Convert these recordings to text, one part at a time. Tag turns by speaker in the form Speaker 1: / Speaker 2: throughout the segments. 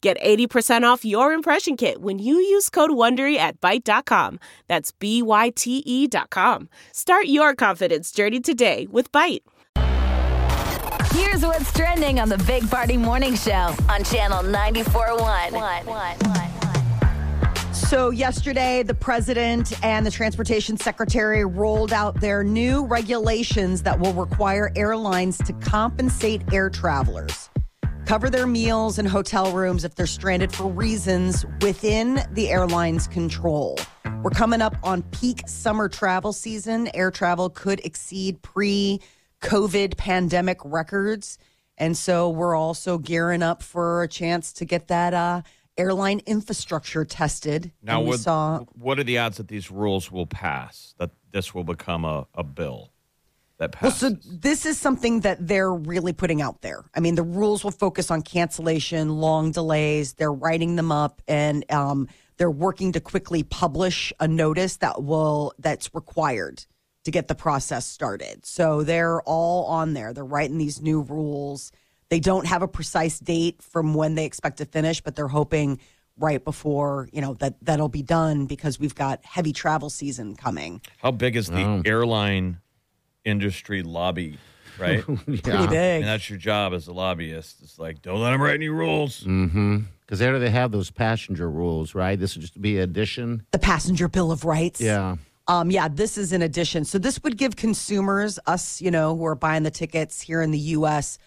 Speaker 1: Get 80% off your impression kit when you use code WONDERY at Byte.com. That's B-Y-T-E E dot com. Start your confidence journey today with Byte.
Speaker 2: Here's what's trending on the Big Party Morning Show on Channel 94.1.
Speaker 3: So, yesterday, the president and the transportation secretary rolled out their new regulations that will require airlines to compensate air travelers, cover their meals and hotel rooms if they're stranded for reasons within the airline's control. We're coming up on peak summer travel season. Air travel could exceed pre COVID pandemic records. And so we're also gearing up for a chance to get that uh, airline infrastructure tested.
Speaker 4: Now,
Speaker 3: And we
Speaker 4: what,
Speaker 3: saw
Speaker 4: what are the odds that these rules will pass? That this will become a, a bill that
Speaker 3: Well,
Speaker 4: passes?
Speaker 3: so this is something that they're really putting out there. I mean, the rules will focus on cancellation, long delays. They're writing them up, and um, they're working to quickly publish a notice that will that's required to get the process started. So they're all on there. They're writing these new rules. They don't have a precise date from when they expect to finish, but they're hoping right before you know that that'll be done because we've got heavy travel season coming.
Speaker 4: How big is the
Speaker 5: Oh.
Speaker 4: airline industry lobby? Right,
Speaker 3: Pretty big.
Speaker 4: and that's your job as a lobbyist. It's like don't let them write any rules.
Speaker 5: Mm. Because there they have those passenger rules, right? This would just be addition.
Speaker 3: the passenger bill of rights.
Speaker 5: Yeah.
Speaker 3: Um, yeah, this is an addition. So this would give consumers, us, you know, who are buying the tickets here in the U.S.,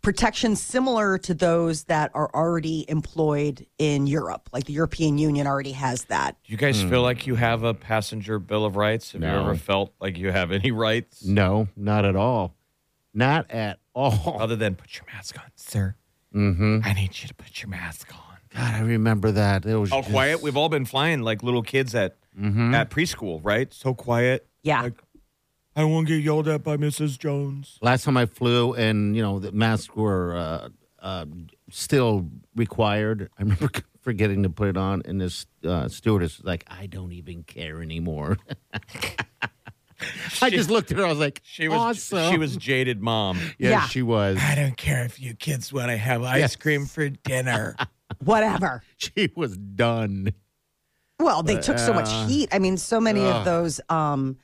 Speaker 3: protection similar to those that are already employed in Europe. Like the European Union already has that.
Speaker 4: Do you guys feel like you have a passenger bill of rights? Have you
Speaker 5: Mm. No.
Speaker 4: ever felt like you have any rights
Speaker 5: No, not at all. Not at all.
Speaker 4: other than put your mask on, sir? Mm-hmm. I need you to put your mask on.
Speaker 5: God, I remember that. It was
Speaker 4: How
Speaker 5: just- Mm-hmm.
Speaker 4: quiet. We've all been flying like little kids at at preschool, right? So quiet.
Speaker 3: Yeah.
Speaker 4: Like, I won't get yelled at by Mrs. Jones.
Speaker 5: Last time I flew, and you know the masks were uh, uh, still required. I remember forgetting to put it on, and this uh, stewardess was like, "I don't even care anymore." I just looked at her. I was like,
Speaker 4: She was
Speaker 5: awesome."
Speaker 4: she was jaded mom.
Speaker 5: yeah,
Speaker 3: Yeah.
Speaker 5: she was.
Speaker 4: I don't care if you kids want to have ice
Speaker 5: Yes.
Speaker 4: cream for dinner.
Speaker 3: Whatever.
Speaker 5: She was done.
Speaker 3: Well, they took so much
Speaker 5: uh,
Speaker 3: heat. I mean, so many of
Speaker 5: ugh.
Speaker 3: those um,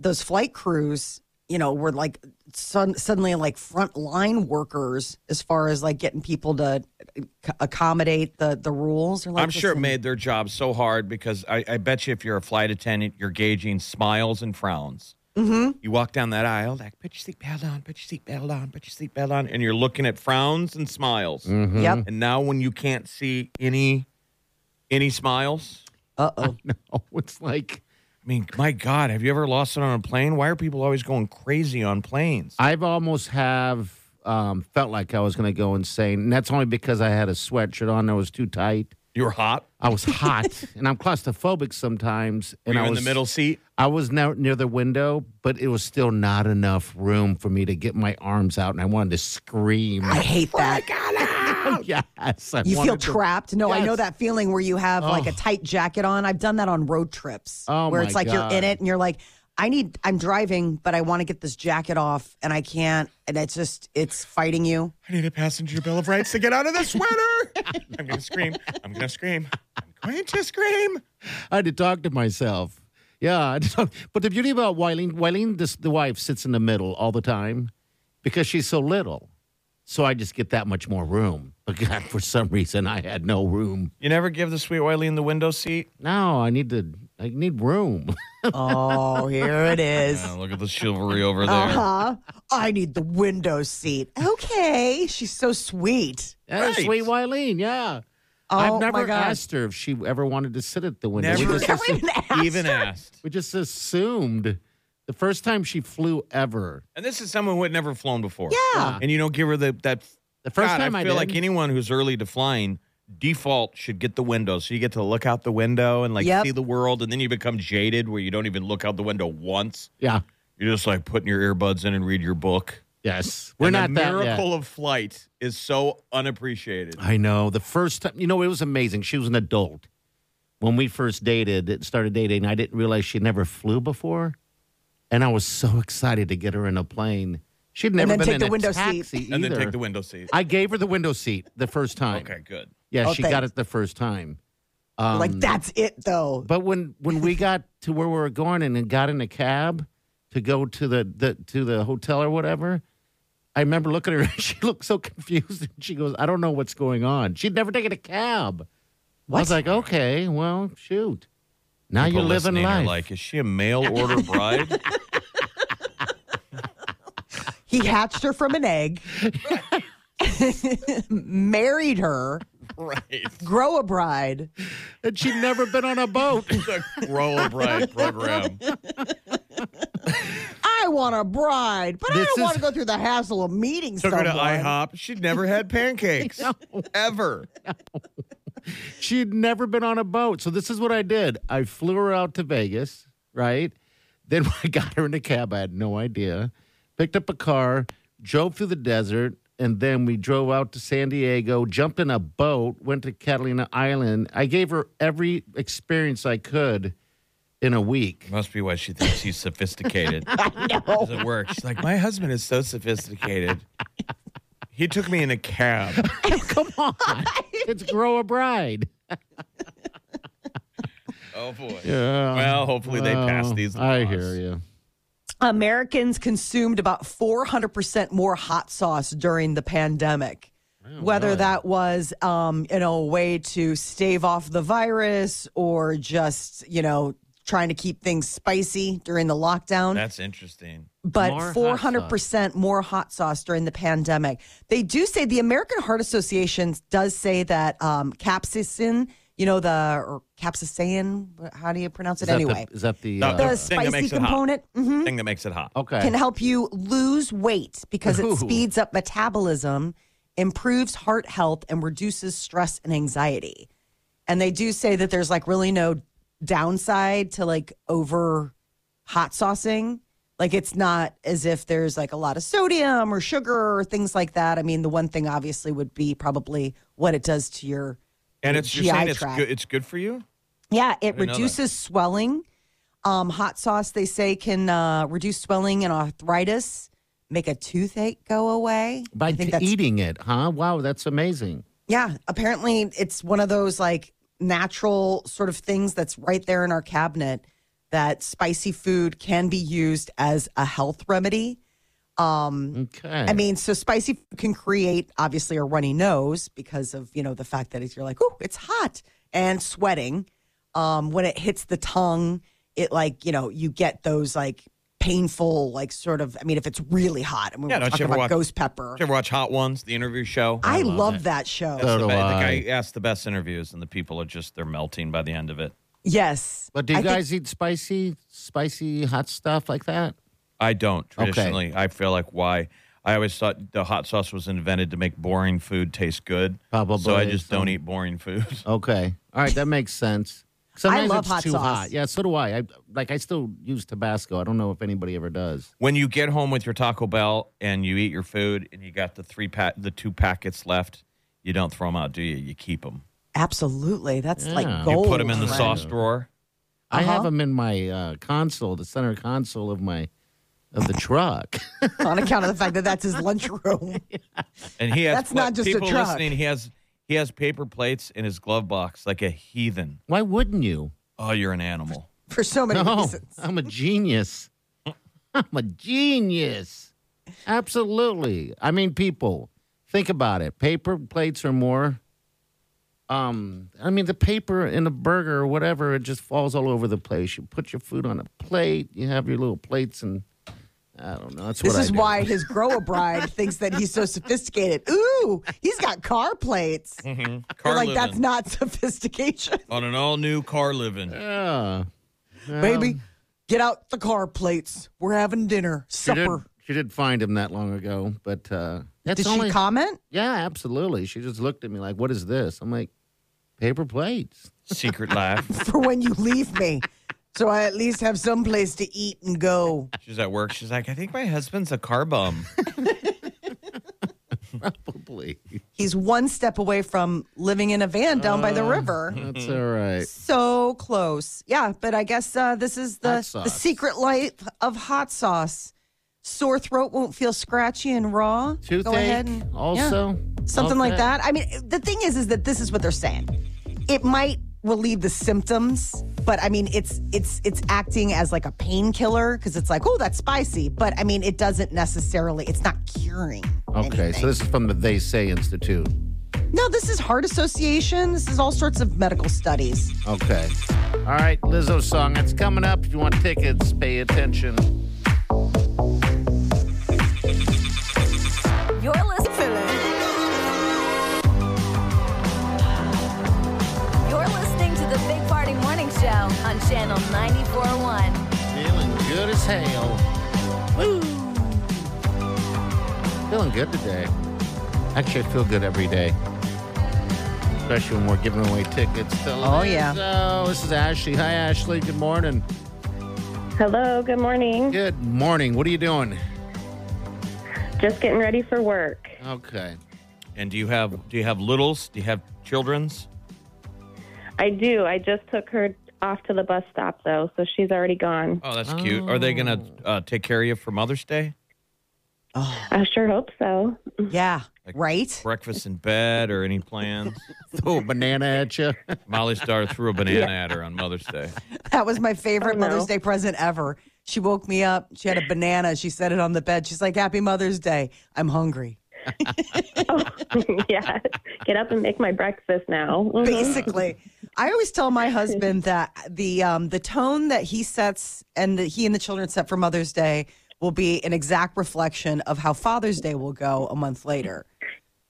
Speaker 3: those flight crews, you know, were like sun- suddenly like frontline workers as far as like getting people to ac- accommodate the the rules. They're like,
Speaker 4: I'm sure it
Speaker 3: "Listen,
Speaker 4: made their job so hard because I, I bet you if you're a flight attendant, you're gauging smiles and frowns. Mm-hmm. You walk down that aisle, like, put your seatbelt on, put your seatbelt on, put your seatbelt on, and you're looking at frowns and smiles.
Speaker 3: Yep.
Speaker 4: And now when you can't see any any smiles,
Speaker 3: Uh oh.
Speaker 5: No, it's like
Speaker 4: I mean, my God, have you ever lost it on a plane? Why are people always going crazy on planes?
Speaker 5: I've almost have um, felt like I was going to go insane, and that's only because I had a sweatshirt on that was too tight.
Speaker 4: You were hot.
Speaker 5: I was hot, and I'm claustrophobic sometimes.
Speaker 4: Were
Speaker 5: and
Speaker 4: you
Speaker 5: I
Speaker 4: in
Speaker 5: was
Speaker 4: the middle seat?
Speaker 5: I was now near the window, but it was still not enough room for me to get my arms out, and I wanted to scream.
Speaker 3: I hate that.
Speaker 5: yes, I
Speaker 3: You feel
Speaker 5: wanted to-
Speaker 3: trapped. No, I know
Speaker 5: Yes.
Speaker 3: that feeling where you have like a
Speaker 5: Ugh.
Speaker 3: tight jacket on. I've done that on road trips
Speaker 5: Oh,
Speaker 3: where
Speaker 5: my
Speaker 3: it's like you're in
Speaker 5: God.
Speaker 3: it and you're like, I need, I'm driving, but I want to get this jacket off and I can't. And it's just, it's fighting you.
Speaker 4: I need a passenger bill of rights to get out of this sweater. I'm going to scream. I'm going to scream. I'm going to scream.
Speaker 5: I had to talk to myself. Yeah, I had to talk- but the beauty about Wileen, Wileen, this, the wife sits in the middle all the time because she's so little. So I just get that much more room. But God, for some reason, I had no room.
Speaker 4: You never give the sweet Wiley in the window seat?
Speaker 5: No, I need to. I need room.
Speaker 3: Oh, here it is.
Speaker 4: look at the chivalry over there.
Speaker 3: Uh huh. I need the window seat. Okay. She's so sweet.
Speaker 5: Yeah,
Speaker 4: Right.
Speaker 5: Sweet Wileen, yeah.
Speaker 3: Oh,
Speaker 5: I've
Speaker 3: my
Speaker 5: never
Speaker 3: God.
Speaker 5: asked her if she ever wanted to sit at the window. We
Speaker 4: Never.
Speaker 5: just
Speaker 3: Never even asked
Speaker 4: Even
Speaker 3: her.
Speaker 4: asked.
Speaker 5: We just assumed the first time she flew ever.
Speaker 4: And this is someone who had never flown before.
Speaker 3: Yeah.
Speaker 4: And you don't give her the, that.
Speaker 5: The first
Speaker 4: God,
Speaker 5: time
Speaker 4: I
Speaker 5: I
Speaker 4: feel
Speaker 5: did.
Speaker 4: like anyone who's early to flying default should get the window. So you get to look out the window and like
Speaker 3: Yep.
Speaker 4: see the world, and then you become jaded where you don't even look out the window once.
Speaker 5: Yeah.
Speaker 4: You're just like putting your earbuds in and read your book.
Speaker 5: Yes. We're
Speaker 4: And
Speaker 5: not
Speaker 4: the
Speaker 5: that yet.
Speaker 4: miracle of flight is so unappreciated.
Speaker 5: I know. The first time, you know, it was amazing. She was an adult. When we first dated, it started dating, I didn't realize she never flew before. And I was so excited to get her in a plane. She'd never
Speaker 3: then
Speaker 5: been
Speaker 3: take
Speaker 5: in
Speaker 3: the
Speaker 5: a
Speaker 3: window
Speaker 5: taxi
Speaker 3: seat.
Speaker 5: either.
Speaker 4: And then take the window seat.
Speaker 5: I gave her the window seat the first time.
Speaker 4: Okay, good.
Speaker 5: Yeah,
Speaker 3: Oh,
Speaker 5: she got
Speaker 3: thanks.
Speaker 5: it the first time. um,
Speaker 3: like that's it though.
Speaker 5: But when when we got to where we were going and then got in a cab to go to the, the to the hotel or whatever, I remember looking at her. and She looked so confused. And she goes, "I don't know what's going on." She'd never taken a cab. I
Speaker 3: What?
Speaker 5: was like, "Okay, well, shoot." Now
Speaker 4: People
Speaker 5: you're living
Speaker 4: listening are
Speaker 5: life.
Speaker 4: Like, is she a mail order bride?
Speaker 3: He hatched her from an egg, married her,
Speaker 4: right.
Speaker 3: grow a bride.
Speaker 5: and she'd never been on a boat.
Speaker 4: The Grow a Bride program.
Speaker 3: I want a bride, but I
Speaker 5: This
Speaker 3: don't
Speaker 5: is-
Speaker 3: want to go through the hassle of meeting
Speaker 4: Took her
Speaker 3: someone.
Speaker 4: to IHOP. She'd never had pancakes ever.
Speaker 5: She had never been on a boat. So this is what I did. I flew her out to Vegas, right? Then when I got her in a cab. I had no idea. Picked up a car, drove through the desert, and then we drove out to San Diego, jumped in a boat, went to Catalina Island. I gave her every experience I could in a week.
Speaker 4: Must be why she thinks she's sophisticated. Doesn't work. She's like, my husband is so sophisticated. He took me in a cab.
Speaker 5: Come on. it's grow a bride.
Speaker 4: Oh boy.
Speaker 5: Yeah.
Speaker 4: Well, hopefully they pass
Speaker 5: Well,
Speaker 4: these.
Speaker 5: Oh, I
Speaker 4: laws.
Speaker 5: hear you.
Speaker 3: Americans consumed about 400% more hot sauce during the pandemic.
Speaker 4: Oh,
Speaker 3: Whether that was, um, you know, a way to stave off the virus or just, you know, trying to keep things spicy during the lockdown.
Speaker 4: That's interesting.
Speaker 5: More
Speaker 3: but four
Speaker 5: hot
Speaker 3: hundred percent more hot sauce during the pandemic. They do say the American Heart Association does say that um, capsaicin, you know the or capsaicin, how do you pronounce it
Speaker 5: Is that
Speaker 3: anyway?
Speaker 5: the, is that the,
Speaker 4: No,
Speaker 3: the,
Speaker 5: uh,
Speaker 4: The thing that
Speaker 3: spicy
Speaker 4: makes it hot.
Speaker 3: component mhm,
Speaker 4: Thing that makes it hot.
Speaker 5: okay.
Speaker 3: can help you lose weight because it
Speaker 5: Ooh.
Speaker 3: speeds up metabolism, improves heart health, and reduces stress and anxiety. And they do say that there's like really no downside to like over hot saucing. Like it's not as if there's like a lot of sodium or sugar or things like that. I mean, the one thing obviously would be probably what it does to your
Speaker 4: And it's you're
Speaker 3: GI
Speaker 4: saying it's
Speaker 3: tract.
Speaker 4: good, it's good for you.
Speaker 3: yeah, it
Speaker 4: didn't know that.
Speaker 3: reduces swelling. Um, hot sauce, they say, can uh, reduce swelling and arthritis, make a toothache go away.
Speaker 5: By
Speaker 3: I think
Speaker 5: t-
Speaker 3: that's
Speaker 5: eating it, huh? Wow, that's amazing.
Speaker 3: yeah. Apparently, it's one of those like natural sort of things that's right there in our cabinet. That spicy food can be used as a health remedy.
Speaker 5: Okay.
Speaker 3: I mean, so spicy food can create obviously a runny nose because of you know the fact that it's, you're like, oh, it's hot and sweating. Um, when it hits the tongue, it like you know you get those like painful like sort of. I mean, if it's really hot, and we
Speaker 4: Yeah,
Speaker 3: were
Speaker 4: don't you
Speaker 3: talking
Speaker 4: ever
Speaker 3: about
Speaker 4: watch-
Speaker 3: ghost pepper.
Speaker 4: Did you ever watch Hot Ones, the interview show?
Speaker 3: I love that show.
Speaker 5: So
Speaker 4: the,
Speaker 5: do
Speaker 4: be-
Speaker 5: I.
Speaker 4: The guy asks the best interviews, and the people are just they're melting by the end of it.
Speaker 3: yes,
Speaker 5: But do you
Speaker 3: I think-
Speaker 5: guys eat spicy, spicy hot stuff like that?
Speaker 4: I don't traditionally. I feel like why I always thought the hot sauce was invented to make boring food taste good. So I
Speaker 5: Probably
Speaker 4: just
Speaker 5: some-
Speaker 4: don't eat boring food.
Speaker 5: Okay, all right, that makes sense. Sometimes
Speaker 3: love
Speaker 5: it's
Speaker 3: hot
Speaker 5: too
Speaker 3: sauce.
Speaker 5: hot. Yeah, so do I. I. Like I still use Tabasco. I don't know if anybody ever does.
Speaker 4: when you get home with your Taco Bell and you eat your food and you got the three pa- the two packets left, you don't throw them out, do you? You keep them.
Speaker 3: absolutely. That's
Speaker 5: Yeah.
Speaker 3: like
Speaker 5: You
Speaker 3: gold.
Speaker 4: you put them in the
Speaker 3: right?
Speaker 4: sauce drawer.
Speaker 5: I
Speaker 3: Uh-huh.
Speaker 5: have them in my uh, console, the center console of my of the truck.
Speaker 3: on account of the fact that that's his lunchroom.
Speaker 4: And he has
Speaker 3: That's not just a
Speaker 4: people
Speaker 3: truck.
Speaker 4: listening. He has he has paper plates in his glove box like a heathen.
Speaker 5: Why wouldn't you?
Speaker 4: Oh, you're an animal.
Speaker 3: for so many
Speaker 5: No,
Speaker 3: reasons.
Speaker 5: Oh, I'm a genius. I'm a genius. Absolutely. I mean, people, think about it. Paper plates are more. Um, I mean, the paper in a burger or whatever, it just falls all over the place. You put your food on a plate. You have your little plates, and I don't know. That's
Speaker 3: This
Speaker 5: what I
Speaker 3: is
Speaker 5: do.
Speaker 3: why his grow a bride thinks that he's so sophisticated. Ooh, he's got car plates.
Speaker 4: Car
Speaker 3: They're Mm-hmm. like,
Speaker 4: living
Speaker 3: that's not sophistication.
Speaker 4: on an all new car living.
Speaker 5: Yeah.
Speaker 3: Baby, get out the car plates. We're having dinner,
Speaker 5: She didn't,
Speaker 3: supper.
Speaker 5: she didn't find him that long ago, but uh, that's
Speaker 3: Did
Speaker 5: only.
Speaker 3: she comment?
Speaker 5: yeah, absolutely. She just looked at me like, "What is this?" I'm like, paper plates.
Speaker 4: Secret laugh.
Speaker 6: for when you leave me. So I at least have some place to eat and go.
Speaker 4: She's at work. She's like, I think my husband's a car bum.
Speaker 5: Probably.
Speaker 3: He's one step away from living in a van down by the
Speaker 5: Uh,
Speaker 3: river.
Speaker 5: That's all right.
Speaker 3: So close. Yeah, but I guess uh, this is the,
Speaker 5: Hot sauce.
Speaker 3: the secret life of hot sauce. Sore throat won't feel scratchy and raw.
Speaker 5: Toothache
Speaker 3: Go ahead and yeah,
Speaker 5: also.
Speaker 3: something like
Speaker 5: Okay.
Speaker 3: that. I mean, the thing is, is that this is what they're saying. It might relieve the symptoms, but I mean, it's it's it's acting as like a painkiller because it's like, oh, that's spicy. But I mean, it doesn't necessarily. It's not curing.
Speaker 5: Okay, so this is from the They Say Institute.
Speaker 3: No, this is heart association. This is all sorts of medical studies.
Speaker 5: Okay. All right, Lizzo song. It's coming up. If you want tickets, pay attention.
Speaker 2: You're listening. You're listening to the Big Party Morning Show on Channel 94.1.
Speaker 5: Feeling good as hell. Woo! Feeling good today. Actually, I feel good every day. Especially when we're giving away tickets. To
Speaker 3: Oh, yeah.
Speaker 5: So this is Ashley. Hi, Ashley. Good morning.
Speaker 7: Hello, good morning.
Speaker 5: Good morning. What are you doing?
Speaker 7: Just getting ready for work.
Speaker 5: Okay.
Speaker 4: And do you have do you have littles? Do you have childrens?
Speaker 7: I do. I just took her off to the bus stop though, so she's already gone.
Speaker 4: Oh, that's cute. Are they gonna uh, take care of you for Mother's Day?
Speaker 7: I sure hope so.
Speaker 5: Mm-hmm.
Speaker 3: Yeah,
Speaker 4: Like-
Speaker 3: right.
Speaker 4: Breakfast in bed or any plans?
Speaker 5: Throw a banana at you.
Speaker 4: Molly's daughter threw a banana at her on Mother's Day.
Speaker 3: That was my favorite
Speaker 7: Oh, no.
Speaker 3: Mother's Day present ever. She woke me up. She had a banana. She set it on the bed. She's like, "Happy Mother's Day. I'm hungry."
Speaker 7: Oh, yeah. Get up and make my breakfast now. Mhm.
Speaker 3: basically. I always tell my husband that the um, the tone that he sets and that he and the children set for Mother's Day will be an exact reflection of how Father's Day will go a month later.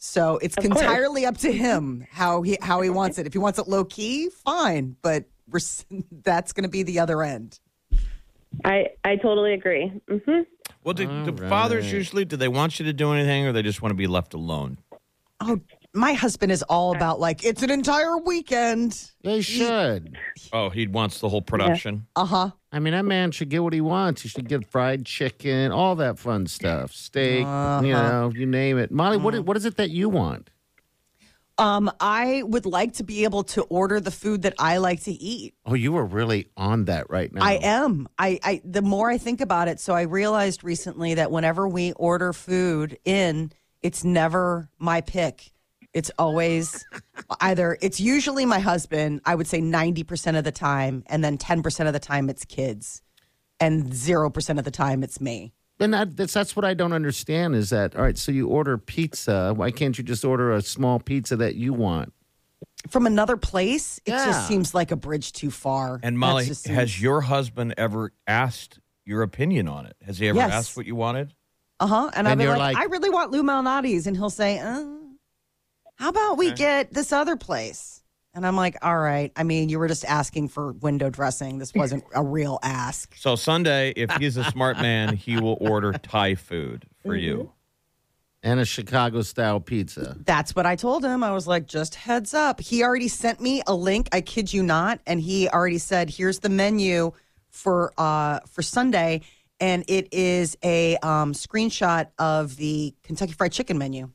Speaker 3: So it's
Speaker 7: course.
Speaker 3: entirely up to him how he how he wants it. If he wants it low key, fine, but we're, s- that's going to be the other end.
Speaker 7: I I totally agree. Mhm.
Speaker 4: Well, do, do fathers
Speaker 5: right.
Speaker 4: usually do they want you to do anything, or they just want to be left alone?
Speaker 3: Oh, my husband is all about like it's an entire weekend.
Speaker 5: They should.
Speaker 4: Oh, he wants the whole production.
Speaker 3: Uh huh.
Speaker 5: I mean, that man should get what he wants. He should get fried chicken, all that fun stuff, steak,
Speaker 3: Uh-huh.
Speaker 5: you know, you name it. Molly, what i- what is it that you want?
Speaker 3: Um, I would like to be able to order the food that I like to eat.
Speaker 5: Oh, you are really on that right now.
Speaker 3: I am. I, I the more I think about it, so I realized recently that whenever we order food in, it's never my pick. It's always either it's usually my husband, I would say 90% of the time, and then 10% of the time it's kids. And 0% of the time it's me.
Speaker 5: And that, that's that's what I don't understand is that all right? So you order pizza. Why can't you just order a small pizza that you want?
Speaker 3: From another place, it
Speaker 5: Yeah.
Speaker 3: just seems like a bridge too far.
Speaker 4: And
Speaker 3: That
Speaker 4: Molly,
Speaker 3: just seems-
Speaker 4: has your husband ever asked your opinion on it? Has he ever
Speaker 3: Yes.
Speaker 4: asked what you wanted?
Speaker 3: Uh huh. And, I'll
Speaker 5: And
Speaker 3: be
Speaker 5: you're
Speaker 3: like,
Speaker 5: like-
Speaker 3: I really want Lou Malnati's. And he'll say, uh, How about we get this other place? And I'm like, All right. I mean, you were just asking for window dressing. This wasn't a real ask.
Speaker 4: So Sunday, if he's a smart man, he will order Thai food for
Speaker 3: Mm-hmm.
Speaker 4: you.
Speaker 5: And a Chicago style pizza.
Speaker 3: That's what I told him. I was like, Just heads up. He already sent me a link. I kid you not. And he already said, Here's the menu for uh for Sunday. And it is a um, screenshot of the Kentucky Fried Chicken menu.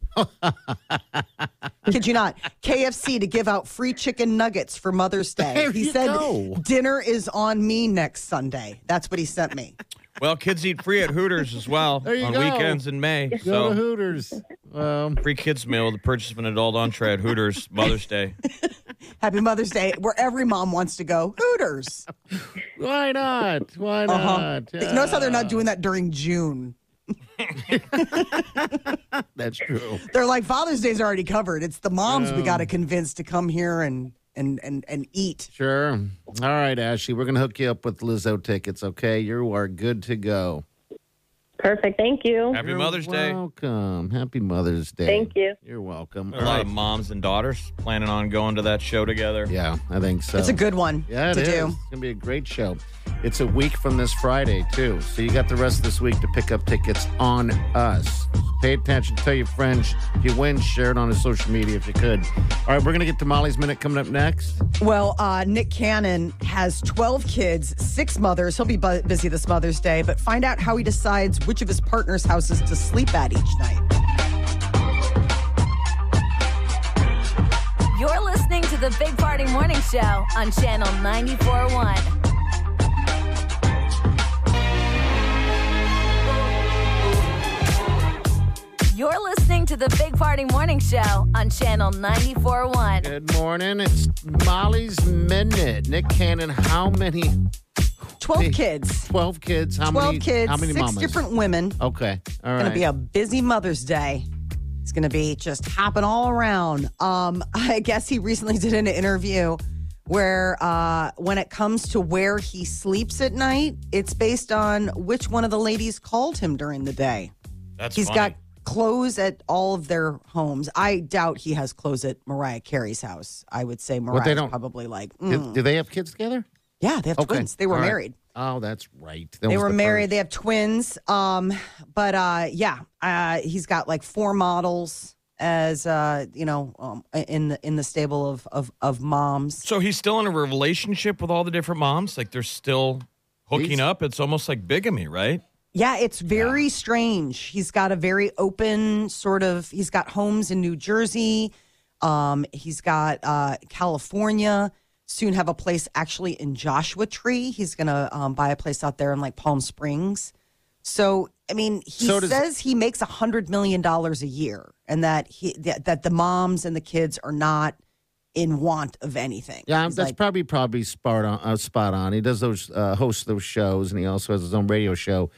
Speaker 3: Kid you not? KFC to give out free chicken nuggets for Mother's Day.
Speaker 5: There
Speaker 3: he
Speaker 5: you
Speaker 3: said
Speaker 5: go.
Speaker 3: dinner is on me next Sunday. That's what he sent me.
Speaker 4: Well, kids eat free at Hooters as well
Speaker 5: There you
Speaker 4: on
Speaker 5: go.
Speaker 4: weekends in May.
Speaker 5: Go to
Speaker 4: So
Speaker 5: Hooters. Um,
Speaker 4: free kids meal with the purchase of an adult entree at Hooters Mother's Day.
Speaker 3: Happy Mother's Day, where every mom wants to go. Hooters.
Speaker 5: why not? Why
Speaker 3: Uh-huh.
Speaker 5: not?
Speaker 3: Notice how they're not doing that during June.
Speaker 5: That's true.
Speaker 3: They're like Father's Day's already covered. It's the moms we got to convince to come here and and and and eat.
Speaker 5: Sure. All right, Ashley, we're gonna hook you up with Lizzo tickets. Okay, you are good to go.
Speaker 7: Perfect. Thank you.
Speaker 4: Happy
Speaker 5: You're
Speaker 4: Mother's Day.
Speaker 5: Welcome. Happy Mother's Day.
Speaker 7: Thank you.
Speaker 5: You're welcome.
Speaker 4: A lot of moms and daughters planning on going to that show together.
Speaker 5: Yeah, I think so.
Speaker 3: It's a good one
Speaker 5: yeah, it
Speaker 3: to
Speaker 5: is.
Speaker 3: do.
Speaker 5: It's gonna be a great show. It's a week from this Friday, too. So you got the rest of this week to pick up tickets on us. Pay attention. Tell your friends. If you win, share it on his social media if you could. All right, we're going to get to Molly's Minute coming up next.
Speaker 3: Well, uh, Nick Cannon has 12 kids, six mothers. He'll be bu- busy this Mother's Day, but find out how he decides which of his partner's houses to sleep at each night.
Speaker 2: You're listening to the Big Party Morning Show on Channel 94.1. You're listening to the Big Party Morning Show on Channel 94.1.
Speaker 5: Good morning. It's Molly's Minute. Nick Cannon, how many?
Speaker 3: 12 kids,
Speaker 5: 12 kids. How
Speaker 3: 12
Speaker 5: many?
Speaker 3: kids,
Speaker 5: How many
Speaker 3: six
Speaker 5: mamas?
Speaker 3: different women.
Speaker 5: Okay. All
Speaker 3: It's
Speaker 5: right.
Speaker 3: going to be a busy Mother's Day. It's going to be just hopping all around. Um, I guess he recently did an interview where, uh, when it comes to where he sleeps at night, it's based on which one of the ladies called him during the day.
Speaker 4: That's
Speaker 3: He's
Speaker 4: funny.
Speaker 3: got clothes at all of their homes. I doubt he has clothes at Mariah Carey's house. I would say Mariah's
Speaker 5: don't-
Speaker 3: probably like,
Speaker 5: Do,
Speaker 3: mm.
Speaker 5: do they have kids together?
Speaker 3: yeah, they have
Speaker 5: Okay.
Speaker 3: twins. They were
Speaker 5: All right.
Speaker 3: married.
Speaker 5: Oh, that's right. That
Speaker 3: They
Speaker 5: was
Speaker 3: were
Speaker 5: the
Speaker 3: married.
Speaker 5: first.
Speaker 3: They have twins. Um, but uh, yeah, uh, he's got like four models as uh, you know um, in the in the stable of of, of moms.
Speaker 4: So he's still in a relationship with all the different moms. Like they're still hooking
Speaker 5: He's-
Speaker 4: up. It's almost like bigamy, right?
Speaker 3: Yeah, it's very strange. He's got a very open sort of. He's got homes in New Jersey. Um, he's got uh, California. Soon have a place actually in Joshua Tree. He's gonna um, buy a place out there in like Palm Springs. So I mean, he
Speaker 5: So does-
Speaker 3: says he makes a hundred million dollars a year, and that he that, that the moms and the kids are not in want of anything.
Speaker 5: Yeah,
Speaker 3: He's
Speaker 5: that's
Speaker 3: like,
Speaker 5: probably probably spot on. Uh, spot on. He does those uh, hosts those shows, and he also has his own radio show.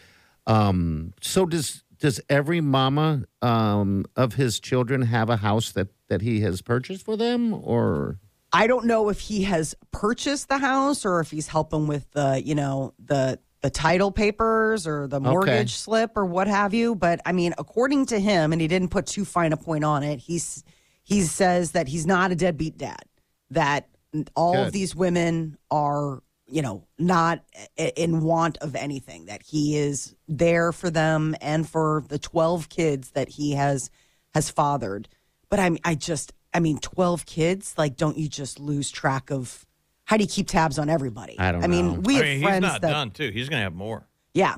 Speaker 5: Um, so does does every mama um, of his children have a house that that he has purchased for them, or
Speaker 3: I don't know if he has purchased the house or if he's helping with the, you know, the the title papers or the mortgage slip or what have you. But I mean, according to him, and he didn't put too fine a point on it, he's he says that he's not a deadbeat dad. That all of
Speaker 5: Good.
Speaker 3: these women are, you know, not i- in want of anything. That he is there for them and for the twelve kids that he has has fathered. But I'm I just I mean 12 kids like don't you just lose track of how do you keep tabs on everybody?
Speaker 5: I don't
Speaker 3: I mean
Speaker 5: know.
Speaker 3: we
Speaker 4: I
Speaker 3: have
Speaker 4: mean, he's
Speaker 3: friends
Speaker 4: not
Speaker 3: that
Speaker 4: done too. He's gonna have more.
Speaker 3: yeah.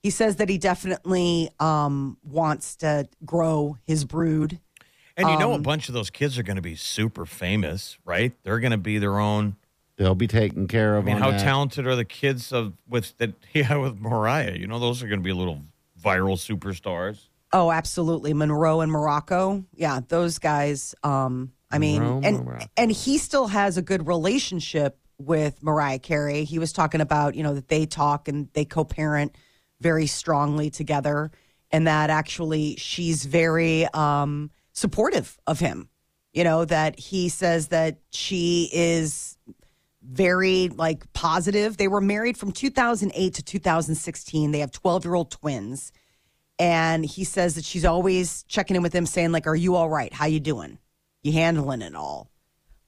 Speaker 3: He says that he definitely um wants to grow his brood.
Speaker 4: And you know,
Speaker 3: Um,
Speaker 4: a bunch of those kids are gonna be super famous, right? They're gonna be their own.
Speaker 5: they'll be taken care of?
Speaker 4: I mean,
Speaker 5: on
Speaker 4: how
Speaker 5: that?
Speaker 4: talented are the kids of with that? Yeah, with Mariah. You know, those are gonna be little viral superstars.
Speaker 3: Oh, absolutely. Monroe and Morocco. Yeah, those guys um I mean
Speaker 5: Monroe,
Speaker 3: and
Speaker 5: Morocco.
Speaker 3: and he still has a good relationship with Mariah Carey. He was talking about, you know, that they talk and they co-parent very strongly together and that actually she's very um supportive of him. You know, that he says that she is very like positive. They were married from 2008 to 2016. They have 12-year-old twins and he says that she's always checking in with him saying like are you all right how you doing you handling it all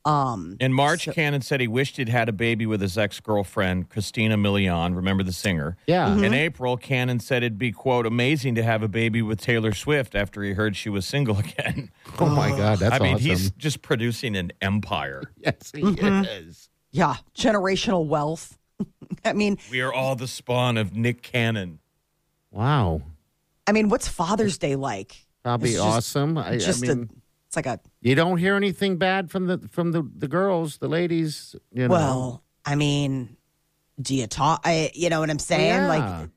Speaker 3: um
Speaker 4: In March, Cannon said he wished he'd had a baby with his ex girlfriend, Christina Milian. Remember the singer?
Speaker 5: Yeah. Mm-hmm.
Speaker 4: In April, Cannon said it'd be, quote, amazing to have a baby with Taylor Swift after he heard she was single again.
Speaker 5: Oh my God, that's
Speaker 4: I mean,
Speaker 5: awesome.
Speaker 4: he's just producing an empire.
Speaker 5: yes, he
Speaker 3: Mm-hmm.
Speaker 5: is.
Speaker 3: yeah generational wealth i mean
Speaker 4: We are all the spawn of Nick Cannon.
Speaker 5: Wow,
Speaker 3: i mean what's father's day like
Speaker 5: probably
Speaker 3: It's just-
Speaker 5: awesome. I,
Speaker 3: just
Speaker 5: I mean,
Speaker 3: a it's like a
Speaker 5: you don't hear anything bad from the from the, the girls, the ladies. You know.
Speaker 3: well i mean do you talk I, you know what i'm saying
Speaker 5: Yeah.
Speaker 3: like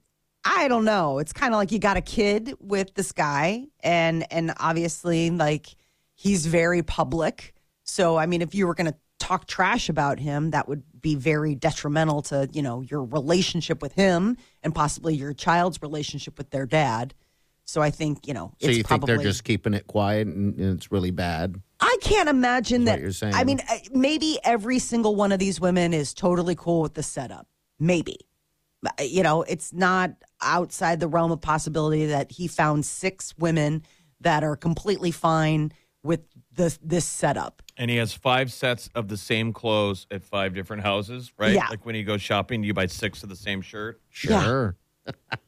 Speaker 3: i don't know it's kind of like you got a kid with this guy and and obviously like he's very public so i mean if you were going to talk trash about him that would be very detrimental to you know your relationship with him and possibly your child's relationship with their dad so i think you know it's
Speaker 5: so you think
Speaker 3: probably
Speaker 5: they're just keeping it quiet and, and it's really bad?
Speaker 3: I can't imagine
Speaker 5: That's
Speaker 3: that.
Speaker 5: what you're saying.
Speaker 3: I mean, I- maybe every single one of these women is totally cool with the setup. Maybe. But, uh, You know, it's not outside the realm of possibility that he found six women that are completely fine with this this setup.
Speaker 4: And he has five sets of the same clothes at five different houses, right?
Speaker 3: Yeah.
Speaker 4: Like when he goes shopping, you buy six of the same shirt.
Speaker 3: Yeah.
Speaker 5: Sure.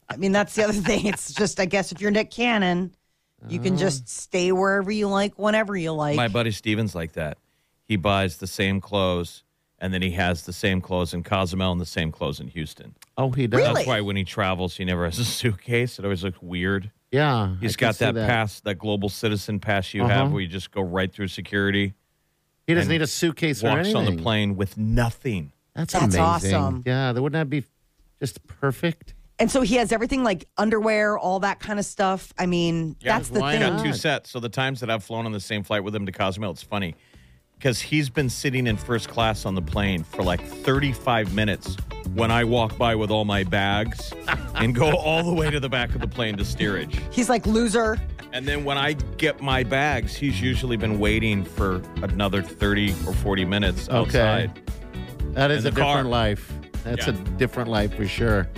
Speaker 3: I mean, that's the other thing. It's just, I guess, if you're Nick Cannon, you can just stay wherever you like, whenever you like.
Speaker 4: Uh. My buddy Steven's like that. He buys the same clothes and then he has the same clothes in Cozumel and the same clothes in Houston.
Speaker 5: Oh, he does.
Speaker 3: Really?
Speaker 4: That's why when he travels, he never has a suitcase. It always looks weird.
Speaker 5: Yeah.
Speaker 4: He's
Speaker 5: I can
Speaker 4: got
Speaker 5: see
Speaker 4: that, pass, that global citizen pass you
Speaker 5: Uh-huh.
Speaker 4: have where you just go right through security,
Speaker 5: He doesn't
Speaker 4: and
Speaker 5: need a suitcase or
Speaker 4: walks
Speaker 5: anything.
Speaker 4: on the plane with nothing.
Speaker 5: That's,
Speaker 3: That's
Speaker 5: amazing.
Speaker 3: awesome.
Speaker 5: Yeah, that wouldn't that be just perfect?
Speaker 3: and so he has everything like underwear, all that kind of stuff. I mean,
Speaker 4: Yeah,
Speaker 3: that's the
Speaker 5: why
Speaker 4: I
Speaker 3: thing.
Speaker 5: not?
Speaker 4: got two sets. So the times that I've flown on the same flight with him to Cozumel, it's funny because he's been sitting in first class on the plane for like 35 minutes when I walk by with all my bags and go all the way to the back of the plane to steerage.
Speaker 3: He's like, loser.
Speaker 4: And then when I get my bags, he's usually been waiting for another 30 or 40 minutes outside.
Speaker 5: That is
Speaker 4: And
Speaker 5: a
Speaker 4: the car.
Speaker 5: different life. That's
Speaker 4: Yeah.
Speaker 5: a different life for sure.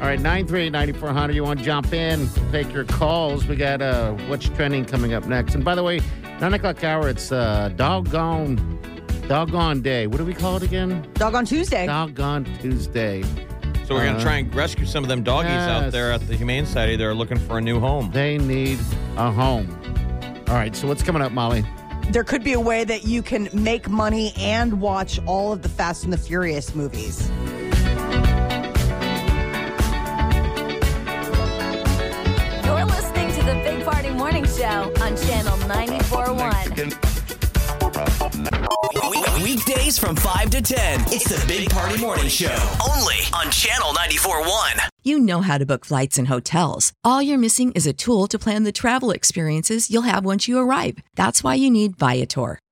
Speaker 5: All right, 938-9400. You want to jump in, take your calls. We got uh, what's trending coming up next. And by the way, 9 o'clock hour, it's uh, doggone, doggone day. What do we call it again?
Speaker 3: Dog on Tuesday.
Speaker 5: Doggone Tuesday.
Speaker 4: So we're going to
Speaker 5: Uh-huh.
Speaker 4: try and rescue some of them doggies
Speaker 5: Yes.
Speaker 4: out there at the Humane Society that are looking for a new home.
Speaker 5: They need a home. All right, so what's coming up, Molly?
Speaker 3: There could be a way that you can make money and watch all of the Fast and the Furious movies.
Speaker 2: You're listening to the Big Party Morning Show on Channel 941.
Speaker 8: Week- Weekdays from 5 to 10. It's the Big Party Morning Show. Only on Channel 94.1.
Speaker 9: You know how to book flights and hotels. All you're missing is a tool to plan the travel experiences you'll have once you arrive. That's why you need Viator.